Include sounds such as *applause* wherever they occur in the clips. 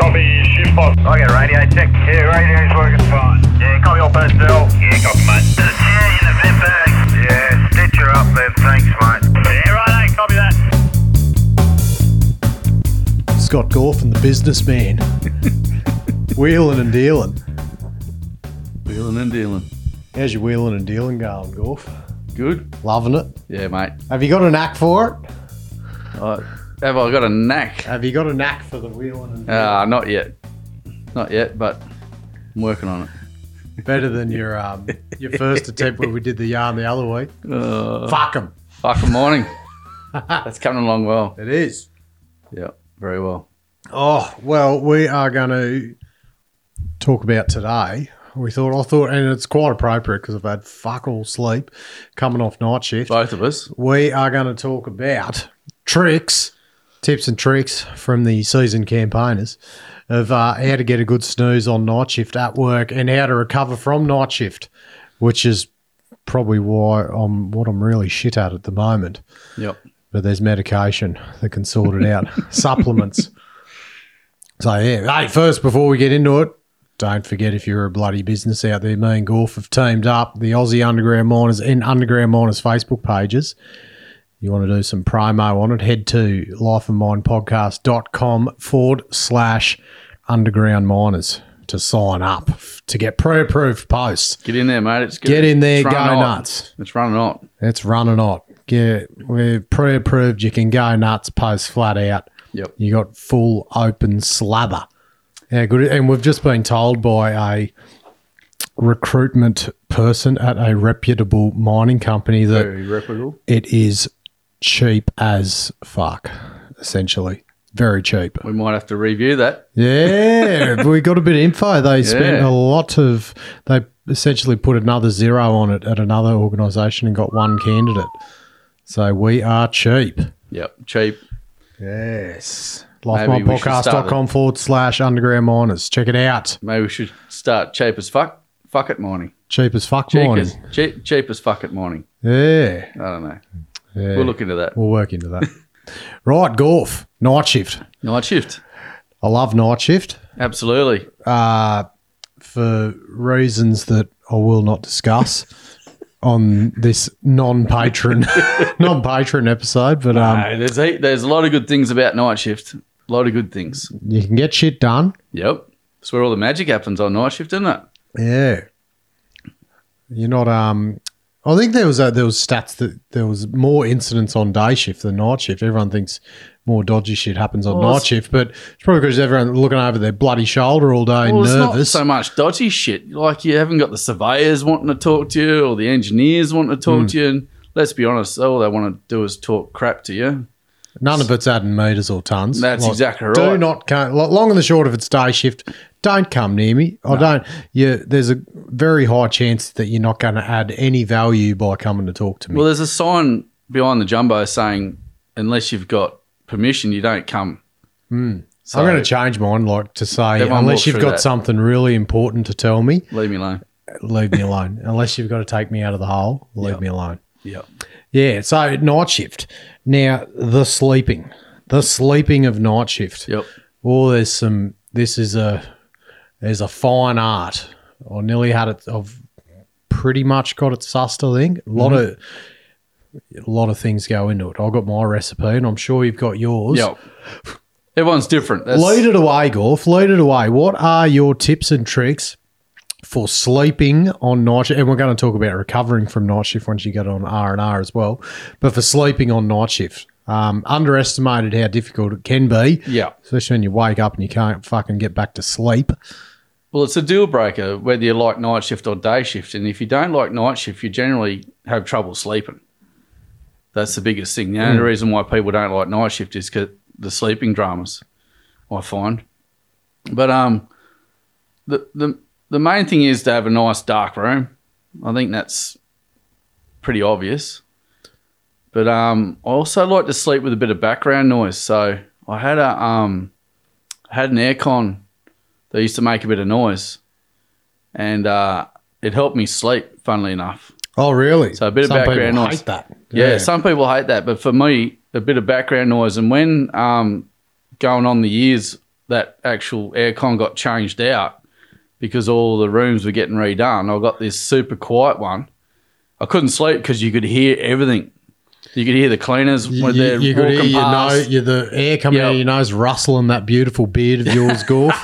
copy, shift box. Okay, radio check. Yeah, radio's working fine. Yeah, copy all personnel. Yeah, copy, mate. There's a chair in the vent bag. Yeah, stitch her up there. Thanks, mate. Yeah, right, copy that. Scott Gorf and the businessman. *laughs* wheeling and dealing. Wheeling and dealing. How's your wheeling and dealing going, Gorf? Good. Loving it. Yeah, mate. Have you got a knack for it? I, have I got a knack? Have you got a knack for the wheeling and dealing? Uh, not yet. Not yet, but I'm working on it. Better than your um, your *laughs* first attempt where we did the yarn the other week. Uh, Fuck 'em. fuck a morning. *laughs* That's coming along well. It is. Yeah, very well. Oh well, we are going to talk about today. We thought I thought, and it's quite appropriate because I've had fuck all sleep coming off night shift. Both of us. we are going to talk about tricks, tips and tricks from the seasoned campaigners of uh, how to get a good snooze on night shift at work and how to recover from night shift, which is probably why I'm what I'm really shit at at the moment. Yep. But there's medication that can sort it out, supplements. So yeah, hey, first before we get into it. Don't forget if you're a bloody business out there, me and Gorf have teamed up the Aussie Underground Miners and Underground Miners Facebook pages you want to do some promo on it, head to lifeandmindpodcast.com forward slash underground miners to sign up to get pre approved posts. Get in there, mate. It's good. Get in there, It's go running hot. nuts. It's running hot. It's running hot. Get we're pre approved. You can go nuts, post flat out. Yep. You got full open slather. Yeah, good. And we've just been told by a recruitment person at a reputable mining company that Very reputable. it is cheap as fuck, essentially. Very cheap. We might have to review that. Yeah, we got a bit of info. They spent a Yeah. lot of, they essentially put another zero on it at another organisation and got one candidate. So we are cheap. Yep. Cheap. Yes. Maybe we should start it. LifeMyPodcast.com forward slash underground miners. Check it out. Maybe we should start cheap as fuck. Fuck it morning. Cheap as fuck Cheap mining. as cheap, cheap as fuck it morning. Yeah. I don't know. yeah. We'll look into that. We'll work *laughs* into that. right, Gorf, night shift. Night shift. I love night shift. Absolutely. uh, for reasons that I will not discuss *laughs* on this non-patron *laughs* non-patron episode. But um, No, Uh, there's a, there's a lot of good things about night shift. A lot of good things. you can get shit done. Yep. That's where all the magic happens on night shift, isn't it? Yeah, you're not. Um, I think there was a, there was stats that there was more incidents on day shift than night shift. Everyone thinks more dodgy shit happens on Well, night it's- shift, but it's probably because everyone's looking over their bloody shoulder all day, Well, nervous. it's not so much dodgy shit. Like you haven't got the surveyors wanting to talk to you or the engineers wanting to Hmm. talk to you. And let's be honest, all they want to do is talk crap to you. None of it's adding meters or tons. That's exactly Do right. not come. lo- Long and the short of it's day shift. Don't come near me. I don't. You, there's a very high chance that you're not going to add any value by coming to talk to me. Well, there's a sign behind the jumbo saying, unless you've got permission, you don't come. So Hmm. I'm going to change mine, like to say, Everyone unless walks you've through got that. something really important to tell me, leave me alone. leave me *laughs* alone. Unless you've got to take me out of the hole, leave me alone. Yep. Yeah. So night shift. Now the sleeping, the sleeping of night shift. Yep. Oh, there's some. This is a there's a fine art. I nearly had it. I've pretty much got it sussed. I think a lot of a lot of things go into it. I got my recipe, and I'm sure you've got yours. Yep. Everyone's different. That's, Lead it away, Gorf. Lead it away. What are your tips and tricks for sleeping on night shift? And we're going to talk about recovering from night shift once you get on R and R as well. But for sleeping on night shift, um, underestimated how difficult it can be. Yeah. especially when you wake up and you can't fucking get back to sleep. Well, it's a deal breaker whether you like night shift or day shift. And if you don't like night shift, you generally have trouble sleeping. That's the biggest thing. The only reason why people don't like night shift is 'cause the sleeping dramas, I find. But um, the, the, the main thing is to have a nice dark room. I think that's pretty obvious. But um, I also like to sleep with a bit of background noise. So I had a um, I had an aircon they used to make a bit of noise, and uh, it helped me sleep. Funnily enough, Oh, really? So a bit of Some background people noise. Hate that. yeah. Some people hate that, but for me, a bit of background noise. And when um, going on the years, that actual aircon got changed out because all the rooms were getting redone. I got this super quiet one. I couldn't sleep because you could hear everything. You could hear the cleaners You, when you- they're you could walking hear your past. nose, you the air coming out of Yep. your nose, rustling that beautiful beard of yours, *laughs* Gorf.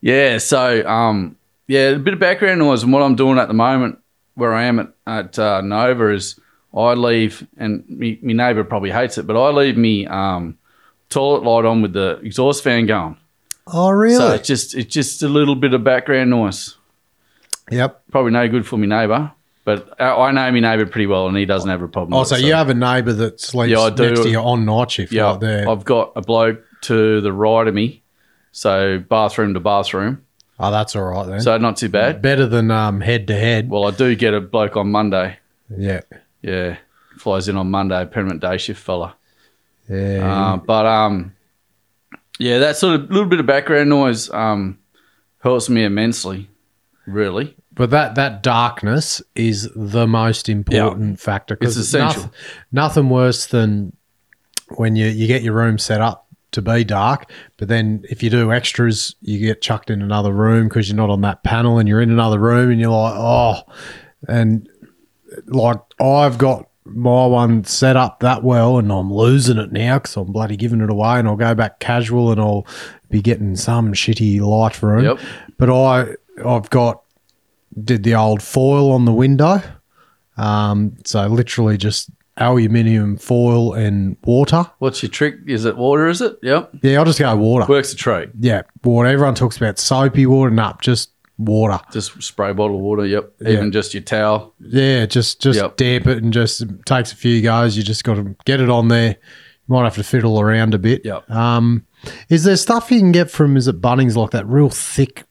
Yeah, so um, yeah, a bit of background noise. And what I'm doing at the moment, where I am at, at uh, Nova, is I leave, and me, me neighbour probably hates it, but I leave me um, toilet light on with the exhaust fan going. Oh, really? So it's just it's just a little bit of background noise. yep. Probably no good for me neighbour, but I, I know me neighbour pretty well, and he doesn't have a problem. Oh, with so it, you have a neighbour that sleeps Yeah, I do. next to you on night shift, yeah, Oh. right there. I've got a bloke to the right of me, so bathroom to bathroom, oh, that's all right then. so not too bad. Better than um, head to head. Well, I do get a bloke on Monday. Yeah, Yeah, flies in on Monday, permanent day shift fella. yeah. Uh, but um, yeah, that sort of little bit of background noise um helps me immensely. Really, but that that darkness is the most important factor. 'cause It's essential. noth- nothing worse than when you you get your room set up to be dark, but then if you do extras, you get chucked in another room because you're not on that panel, and you're in another room, and you're like, oh, and like I've got my one set up that well, and I'm losing it now because I'm bloody giving it away, and I'll go back casual, and I'll be getting some shitty light room. Yep. But I I've got did the old foil on the window, um, so literally just aluminium foil and water. what's your trick? Is it water? Is it? Yep, Yeah, I'll just go water. works a treat. yeah, water. Everyone talks about soapy water, nah, just water. Just spray bottle of water. Yep, even Yeah. just your towel. Yeah, just just Yep. damp it and just it takes a few goes. You just got to get it on there. You might have to fiddle around a bit. Yep. Um, is there stuff you can get from is it Bunnings like that real thick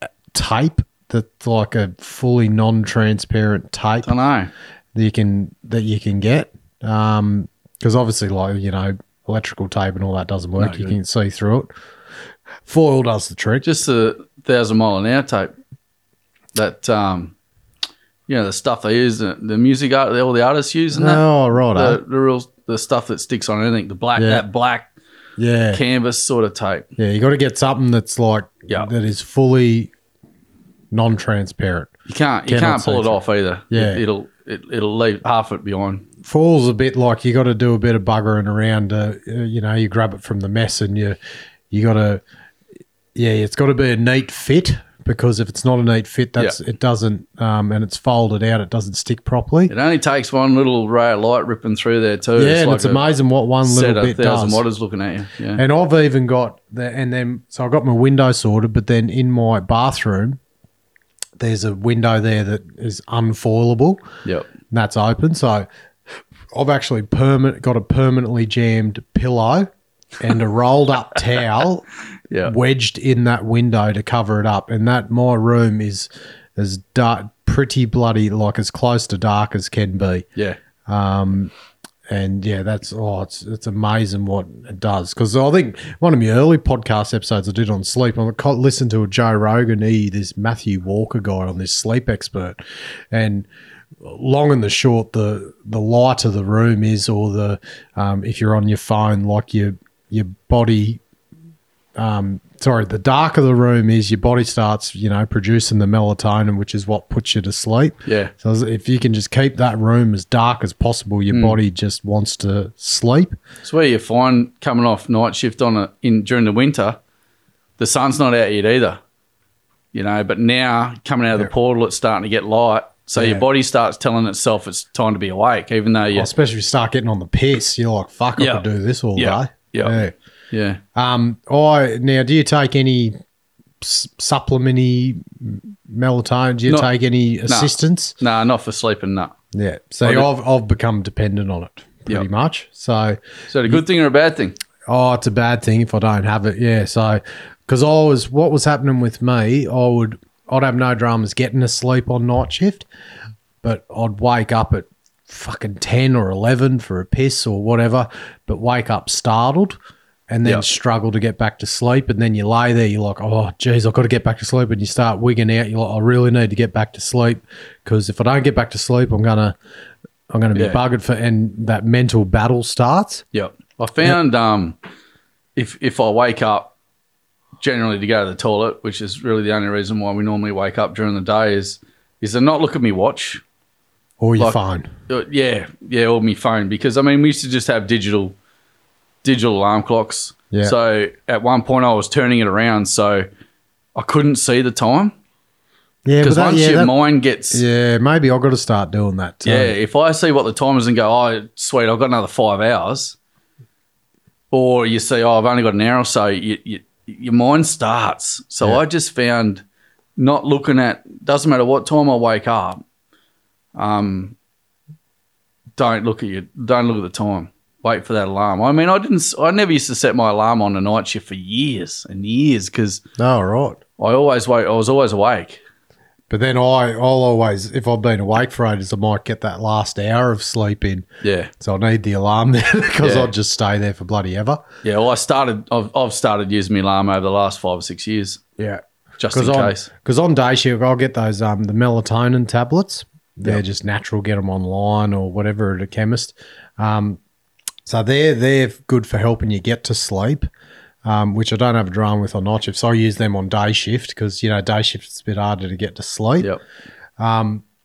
uh, tape that's like a fully non-transparent tape I know. that you can that you can get? Because obviously, like you know, electrical tape and all that doesn't work. you good. can see through it. Foil does the trick. Just the thousand mile an hour tape. That um, you know the stuff they use, the, the music art, all the artists use, and that Oh right, the, the real the stuff that sticks on anything. The black, Yeah. that black yeah. canvas sort of tape. Yeah, you got to get something that's like Yeah. that is fully non-transparent. You can't you Cannot can't pull see it through. off either. Yeah. it, will it, it'll leave half it behind. Falls a bit like you got to do a bit of buggering around. Uh, uh, you know, you grab it from the mess and you you got to yeah, it's got to be a neat fit because if it's not a neat fit, that's it doesn't um, and it's folded out, it doesn't stick properly. It only takes one little ray of light ripping through there too. yeah, and it's a amazing what one set little of bit thousand does. waters looking at you. Yeah, Mm-hmm. And I've even got the and then so I got my window sorted, but then in my bathroom, there's a window there that is unfoilable. yep. and that's open. So I've actually permanent got a permanently jammed pillow and a rolled up towel Yeah. wedged in that window to cover it up. And that my room is as dark, pretty bloody, like as close to dark as can be. Yeah, And yeah, that's oh, it's it's amazing what it does. Because I think one of my early podcast episodes I did on sleep, I co- listened to a Joe Rogan, he this Matthew Walker guy on this sleep expert, and long and the short, the the lighter the room is, or the um, if you're on your phone, like your your body. Um, sorry, the darker the room is, your body starts, you know, producing the melatonin, which is what puts you to sleep. yeah. So as- if you can just keep that room as dark as possible, Mm. your body just wants to sleep. It's where you find coming off night shift on a, in during the winter, the sun's not out yet either. You know, but now coming out of the portal, it's starting to get light. So Yeah. your body starts telling itself it's time to be awake, even though you, Especially if you start getting on the piss, you're like, "Fuck, Yeah. I could do this all Yeah. day." Yeah. yeah. Yeah. Um. I now, do you take any s- supplementy melatonin? Do you No. take any assistance? No, not for sleeping. No. Yeah. So I do- I've I've become dependent on it pretty Yeah. much. So Is that a good thing or a bad thing? oh, it's a bad thing if I don't have it. Yeah. So, because I was, what was happening with me, I would, I'd have no dramas getting asleep on night shift, but I'd wake up at fucking 10 or 11 for a piss or whatever, but wake up startled and then Yep. struggle to get back to sleep. And then you lay there, you're like, oh, geez, I've got to get back to sleep. And you start wigging out. You're like, I really need to get back to sleep because if I don't get back to sleep, I'm going to, I'm going to be Yeah. buggered for, and that mental battle starts. Yep. I found um, if if I wake up generally to go to the toilet, which is really the only reason why we normally wake up during the day is is to not look at me watch. Or your Like- phone. Uh, Yeah, yeah, or me phone because I mean we used to just have digital digital alarm clocks. Yeah. So at one point I was turning it around so I couldn't see the time Yeah, but because that- once yeah, your that- mind gets yeah, maybe I've got to start doing that. Too. Yeah, if I see what the time is and go, oh, sweet, I've got another five hours, or you see, oh, I've only got an hour or so, you, you, your mind starts. So Yeah. I just found not looking at, doesn't matter what time I wake up, um, don't look at your, don't look at the time. Wait for that alarm. I mean, I didn't, s- I never used to set my alarm on a night shift for years and years because Oh, right. I always wait, I was always awake. But then I, I'll always, if I've been awake for ages, I might get that last hour of sleep in. Yeah. So I need the alarm *laughs* there because Yeah. I'll just stay there for bloody ever. Yeah. Well, I started, I've, I've started using my alarm over the last five or six years. Yeah. just in Because on, case. 'cause on day shift, I'll get those um the melatonin tablets. They're just natural. Get them online or whatever at a chemist. Um, so they're they're good for helping you get to sleep, um, which I don't have a drama with on night shift. So I use them on day shift because you know day shift it's a bit harder to get to sleep. Yep.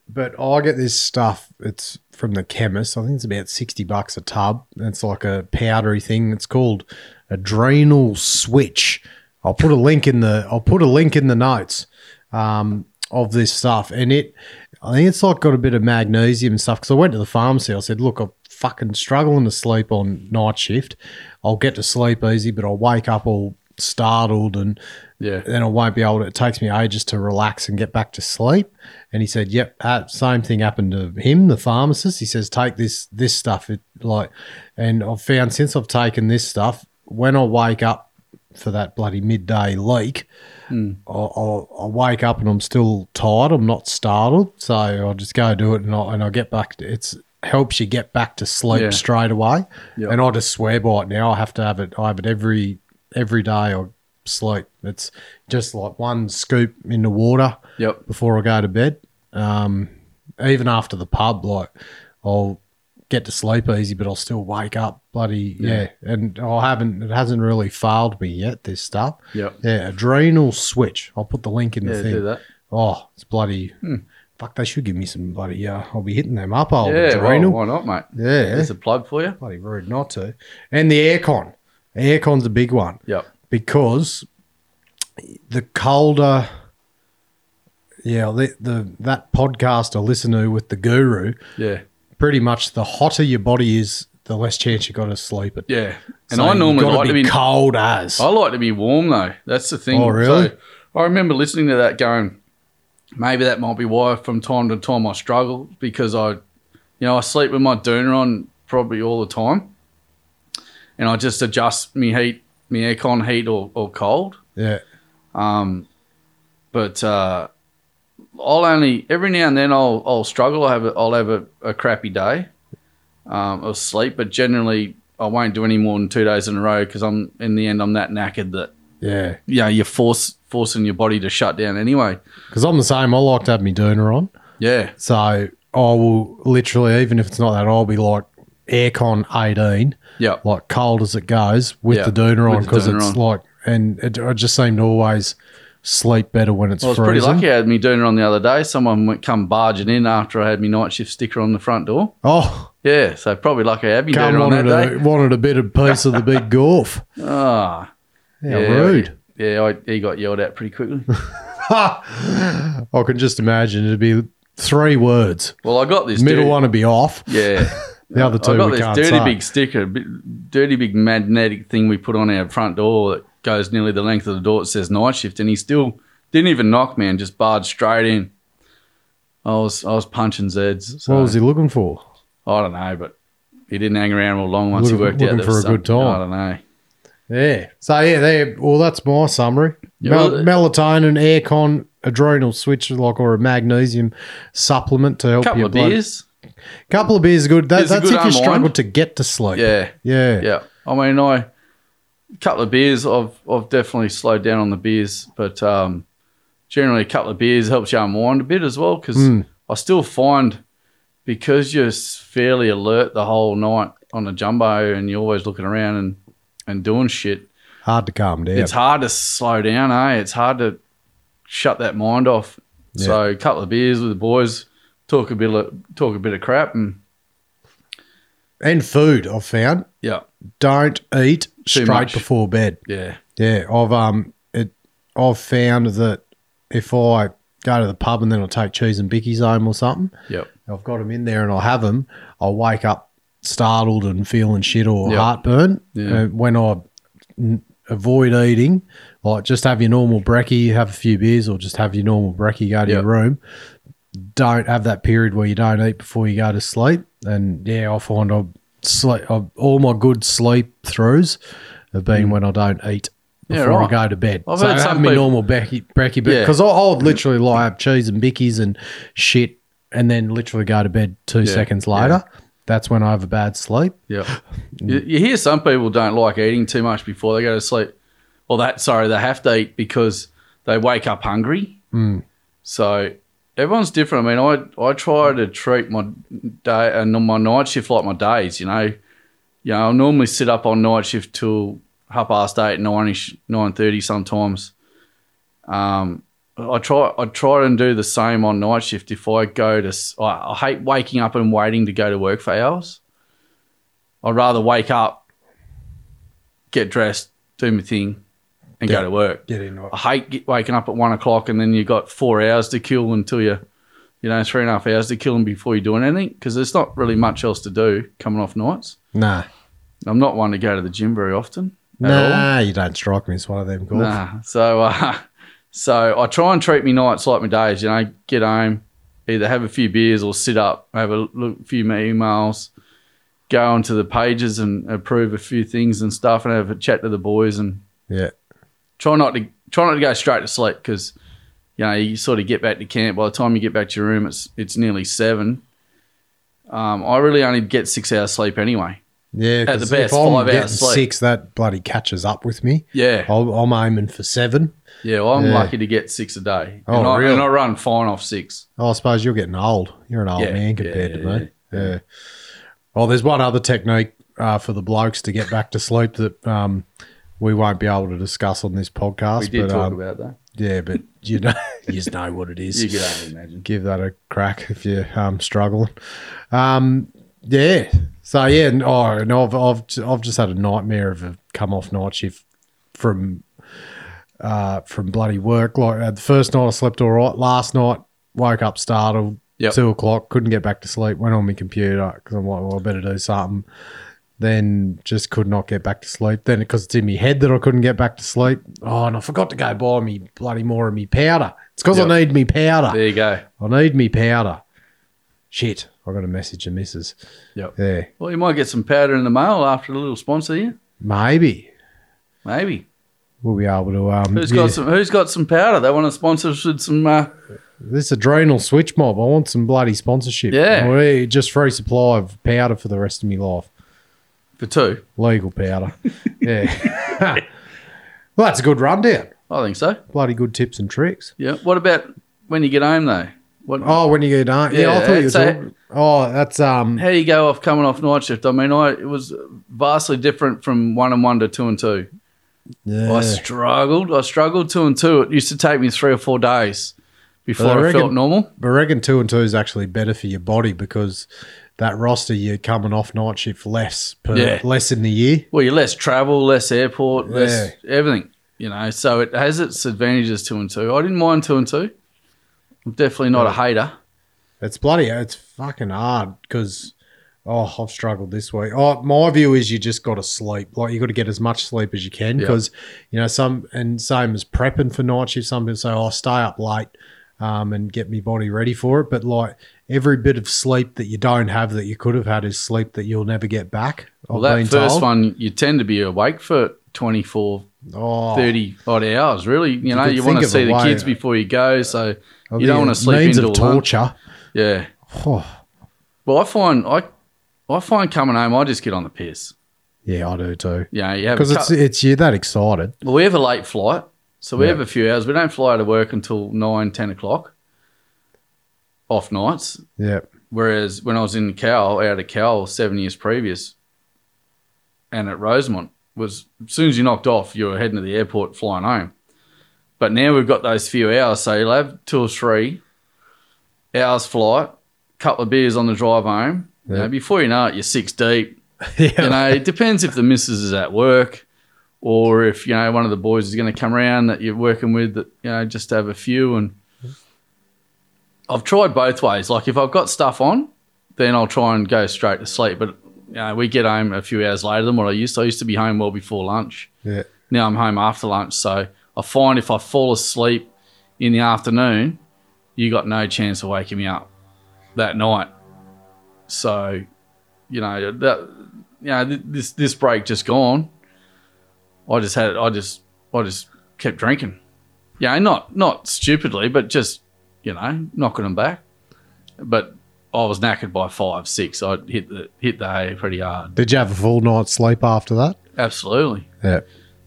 But I get this stuff. It's from the chemist. I think it's about sixty bucks a tub. It's like a powdery thing. It's called Adrenal Switch. I'll put a link in the. I'll put a link in the notes um, of this stuff, and it. I think it's like got a bit of magnesium and stuff. Because I went to the pharmacy. I said, "Look, I'm fucking struggling to sleep on night shift. I'll get to sleep easy, but I'll wake up all startled and." Yeah. then I won't be able to. It takes me ages to relax and get back to sleep. And he said, "Yep, that same thing happened to him, the pharmacist." He says, "Take this this stuff." It like, and I've found since I've taken this stuff, when I wake up for that bloody midday leak, I, I, I wake up and I'm still tired. I'm not startled, so I'll just go do it and I and I get back. To, it's helps you get back to sleep Yeah. straight away. Yep. And I just swear by it now. I have to have it. I have it every every day. I sleep. It's just like one scoop in the water Yep. before I go to bed. Um, even after the pub, like I'll get to sleep easy, but I'll still wake up bloody yeah. And I haven't. It hasn't really failed me yet. This stuff. Yep. Yeah, adrenal switch. I'll put the link in the Yeah, thing. do that. Hmm. Oh, it's bloody. Fuck, they should give me some bloody. Uh, I'll be hitting them up. Old yeah, well, adrenal. why not, mate? Yeah. There's a plug for you. bloody rude not to. And the aircon. Aircon's a big one Yep. because the colder yeah the, the that podcast I listen to with the guru Yeah. pretty much the hotter your body is the less chance you got to sleep it Yeah. And So I you normally gotta like to be be Oh. cold as I like to be warm though. That's the thing. Oh, really? So, I remember listening to that going, maybe that might be why from time to time I struggle because I, you know, I sleep with my doona on probably all the time, and I just adjust me heat, me aircon heat or, or cold. yeah Um, but uh, I'll only every now and then I'll I'll struggle. I have a, I'll have a, a crappy day um, of sleep, but generally I won't do any more than two days in a row because I'm in the end I'm that knackered that yeah you know you're force forcing your body to shut down anyway. because I'm the same I like to have me doona on Yeah, so I will literally even if it's not that I'll be like aircon 18 yeah, like cold as it goes with Yeah, the doona with on the because doona it's on. like and it, I just seem to always sleep better when it's I was freezing pretty lucky. I had me doing it on the other day. Someone went come barging in after I had my night shift sticker on the front door. oh Yeah, so probably lucky I had me doing Come it on that wanted day. a, wanted a bit of piece of the *laughs* big golf. Ah, How yeah, rude. Yeah, I, he got yelled at pretty quickly. *laughs* Ha! I can just imagine it'd be three words. Well, I got this Middle dude- one would be off. Yeah. The other two I got we Oh, this can't dirty say. big sticker, a bit- dirty big magnetic thing we put on our front door that goes nearly the length of the door. It says night shift, and he still didn't even knock, man. Just barged straight in. I was I was punching Zeds. So what was he looking for? I don't know, but he didn't hang around real long once Looking- he worked looking out there for was a good something- time. I don't know. Yeah. So yeah, there. Well, that's my summary. Yeah, Mel- well, uh, melatonin, aircon, adrenal switch, like or a magnesium supplement to help A couple your of blood. beers. Couple of beers, is good. That, It's a that's if good you unwind. struggle to get to sleep. Yeah, Yeah. yeah. I mean, I a couple of beers. I've I've definitely slowed down on the beers, but um, generally a couple of beers helps you unwind a bit as well because Mm. I still find because you're s- fairly alert the whole night on a jumbo and you're always looking around and and doing shit. Hard to calm down. It's hard to slow down, eh? It's hard to shut that mind off. Yeah. So a couple of beers with the boys, talk a bit of talk a bit of crap, and and food, I've found. yeah, Don't eat Too straight much. before bed. yeah, Yeah, I've um, it, I've found that if I go to the pub and then I'll take cheese and bickies home or something, yep, I've got them in there and I'll have them. I'll wake up startled and feeling shit or Yeah. heartburn. Yeah. Uh, when I n- avoid eating, like just have your normal brekkie, have a few beers, or just have your normal brekkie, go to Yeah. your room. Don't have that period where you don't eat before you go to sleep. And yeah, I find I sleep I, all my good sleep throughs have been when I don't eat. Mm. Yeah, Before right. I go to bed, I've so heard I some have my people- normal brekkie, brekkie, Yeah. because I'll literally lie up cheese and bickies and shit and then literally go to bed two Yeah, seconds later. That's when I have a bad sleep. yep. *laughs* you, you hear some people don't like eating too much before they go to sleep. Well, that sorry, they have to eat because they wake up hungry. So everyone's different. I mean, I I try to treat my day and my night shift like my days. You know, you know, I'll normally sit up on night shift till half past eight, nine ish, nine thirty sometimes. Um, I try I try and do the same on night shift. If I go to, s- I, I hate waking up and waiting to go to work for hours. I'd rather wake up, get dressed, do my thing, and Yeah. go to work. Get into it. I hate get, waking up at one o'clock and then you got four hours to kill until you, you know, three and a half hours to kill them before you're doing anything because there's not really much else to do coming off nights. Nah. I'm not one to go to the gym very often. at all. Nah, you don't strike me as one of them golf. Nah. So, uh, *laughs* so I try and treat me nights like my days. You know, get home, either have a few beers or sit up, have a look, few emails, go onto the pages and approve a few things and stuff, and have a chat to the boys and Yeah. try not to try not to go straight to sleep because you know you sort of get back to camp. By the time you get back to your room, it's it's nearly seven. Um, I really only get six hours sleep anyway. Yeah. At the 'cause if best, I'm five hours getting sleep. six, that bloody catches up with me. Yeah, I'll, I'm aiming for seven. yeah. Well, I'm Yeah. lucky to get six a day, Oh, and, I, really? and I run fine off six. Oh, I suppose you're getting old. You're an old Yeah, man compared yeah, to me. Yeah. Well, there's one other technique uh, for the blokes to get back to sleep that um, we won't be able to discuss on this podcast. We did but, talk um, about that. yeah, but you know, *laughs* you just know what it is. You could only imagine. give that a crack if you're um, struggling. Um, yeah. So yeah, and, oh, and I've, I've I've just had a nightmare of a come off night shift from uh, from bloody work. Like uh, the first night I slept all right. Last night woke up startled. Yep. Two o'clock, couldn't get back to sleep. Went on my computer because I'm like, well, I better do something. Then just could not get back to sleep. Then because it's in my head that I couldn't get back to sleep. Oh, and I forgot to go buy me bloody more of me powder. It's because Yep. I need me powder. There you go. I need me powder. Shit, I got a message of missus. Yep. Yeah, Well, you might get some powder in the mail after the little sponsor here. maybe Maybe. we'll be able to. Um, Who's yeah. got some? Who's got some powder? They want to sponsor us with some. Uh, this adrenal switch mob? I want some bloody sponsorship. Yeah. We- just free supply of powder for the rest of my life. for two. Legal *laughs* powder. yeah. *laughs* well, that's a good rundown. I think so. Bloody good tips and tricks. Yeah. What about when you get home though? What? Oh, when you get done, yeah, I Yeah, thought you were that's a- talking. Oh, that's um. How do you go off coming off night shift? I mean, I it was vastly different from one and one to two and two. Yeah. I struggled. I struggled two and two. It used to take me three or four days before Well, I I, felt reckon- normal. But I reckon two and two is actually better for your body because that roster you're coming off night shift less per Yeah. less in the year. Well, you're less travel, less airport, less everything. You know, so it has its advantages two and two. I didn't mind two and two. I'm definitely not a hater. It's bloody, it's fucking hard because oh, I've struggled this way. Oh, my view is you just got to sleep. Like you got to get as much sleep as you can Yeah. because you know some and same as prepping for night shift. Some people say, "Oh, stay up late." Um, and get me body ready for it, but like every bit of sleep that you don't have that you could have had is sleep that you'll never get back. Well, I've that been first told. one, you tend to be awake for 24, Oh, 30 odd hours. Really, you, know, could you want think to of see a the way- kids before you go. So I you mean, don't want to sleep means into of lunch. torture. yeah, Oh, Well, I find I, I find coming home, I just get on the piss. Yeah, I do too. You know, you have a Because it's cou- it's you're that excited. well, we have a late flight, so we Yeah. have a few hours. We don't fly to work until nine, ten o'clock, off nights. Yeah. *laughs* Whereas when I was in Cal, out of Cal, seven years previous, and at Rosemont, was as soon as you knocked off, you were heading to the airport flying home. But now we've got those few hours, so you'll have two or three hours flight, couple of beers on the drive home. You know, Yeah. before you know it, you're six deep. yeah. *laughs* You know, it depends if the missus is at work or if, you know, one of the boys is going to come around that you're working with that, you know, just to have a few. And I've tried both ways. Like if I've got stuff on, then I'll try and go straight to sleep. But, you know, we get home a few hours later than what I used to. I used to be home well before lunch. yeah. Now I'm home after lunch. So I find if I fall asleep in the afternoon, you got no chance of waking me up that night. So, you know, that, you know, th- this, this break just gone. I just had, I just, I just kept drinking. Yeah. Not, not stupidly, but just, you know, knocking them back. But I was knackered by five, six. I hit the, hit the hay pretty hard. Did you have a full night's sleep after that? Absolutely. Yeah.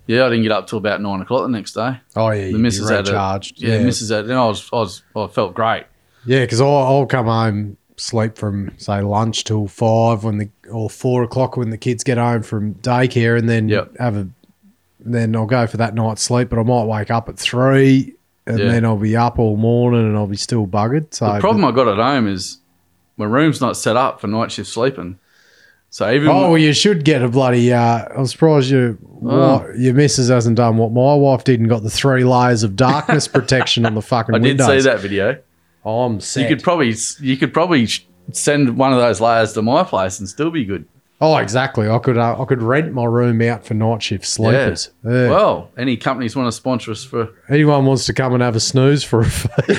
Yeah. I didn't get up till about nine o'clock the next day. Oh yeah, The missus you're had a- recharged. Yeah, misses that. And I was, I was, I felt great. Yeah, because I'll, I'll come home, sleep from say lunch till five when the or four o'clock when the kids get home from daycare, and then Yep. have a then I'll go for that night's sleep, but I might wake up at three, and Yeah. then I'll be up all morning and I'll be still buggered. So the problem I got at home is my room's not set up for night shift sleeping. So even Oh, well, you should get a bloody. Uh, I'm surprised you, Oh. wi- your missus hasn't done what my wife did and got the three layers of *laughs* darkness protection on the fucking I did windows. see that video. I'm set. You could probably, you could probably sh- send one of those layers to my place and still be good. oh, exactly. I could. Uh, I could rent my room out for night shift sleepers. Yeah. Well, any companies want to sponsor us for? anyone wants to come and have a snooze for a *laughs* fee.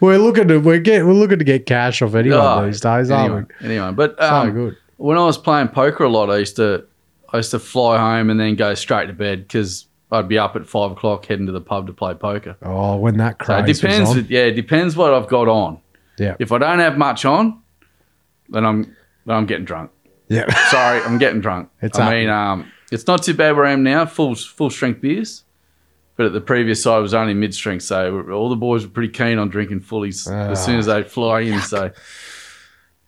we're looking to we're get we're looking to get cash off anyone Oh, these days, anyone, aren't we? anyone. But So um, good. when I was playing poker a lot, I used to I used to fly home and then go straight to bed because I'd be up at five o'clock heading to the pub to play poker. Oh, when that So it craze depends. was on. Yeah, it depends what I've got on. Yeah. If I don't have much on, then I'm then I'm getting drunk. *laughs* Yeah. Sorry, I'm getting drunk. It's I mean, um, it's not too bad where I am now. Full full strength beers, but at the previous side was only mid strength, so all the boys were pretty keen on drinking fullies Ah. as soon as they fly in. So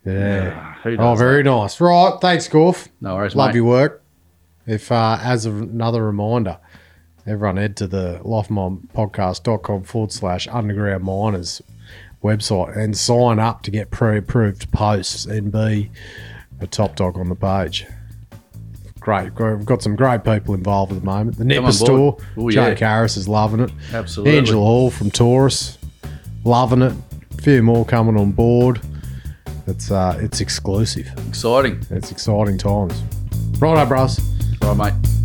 Yeah. ah, who Oh, does very nice. Right. Thanks, Gorf. that? no worries, Love mate. your work. If uh, as a, another reminder, everyone head to the lifemompodcast.com forward slash underground miners website and sign up to get pre approved posts and be a top dog on the page. Great. great. We've got some great people involved at the moment. The Nipper on store, board. Ooh, yeah. Jake Harris is loving it. Absolutely. Angela Hall from Taurus, loving it. A few more coming on board. It's uh, it's exclusive. Exciting, It's exciting times. Righto, bros. right, mate.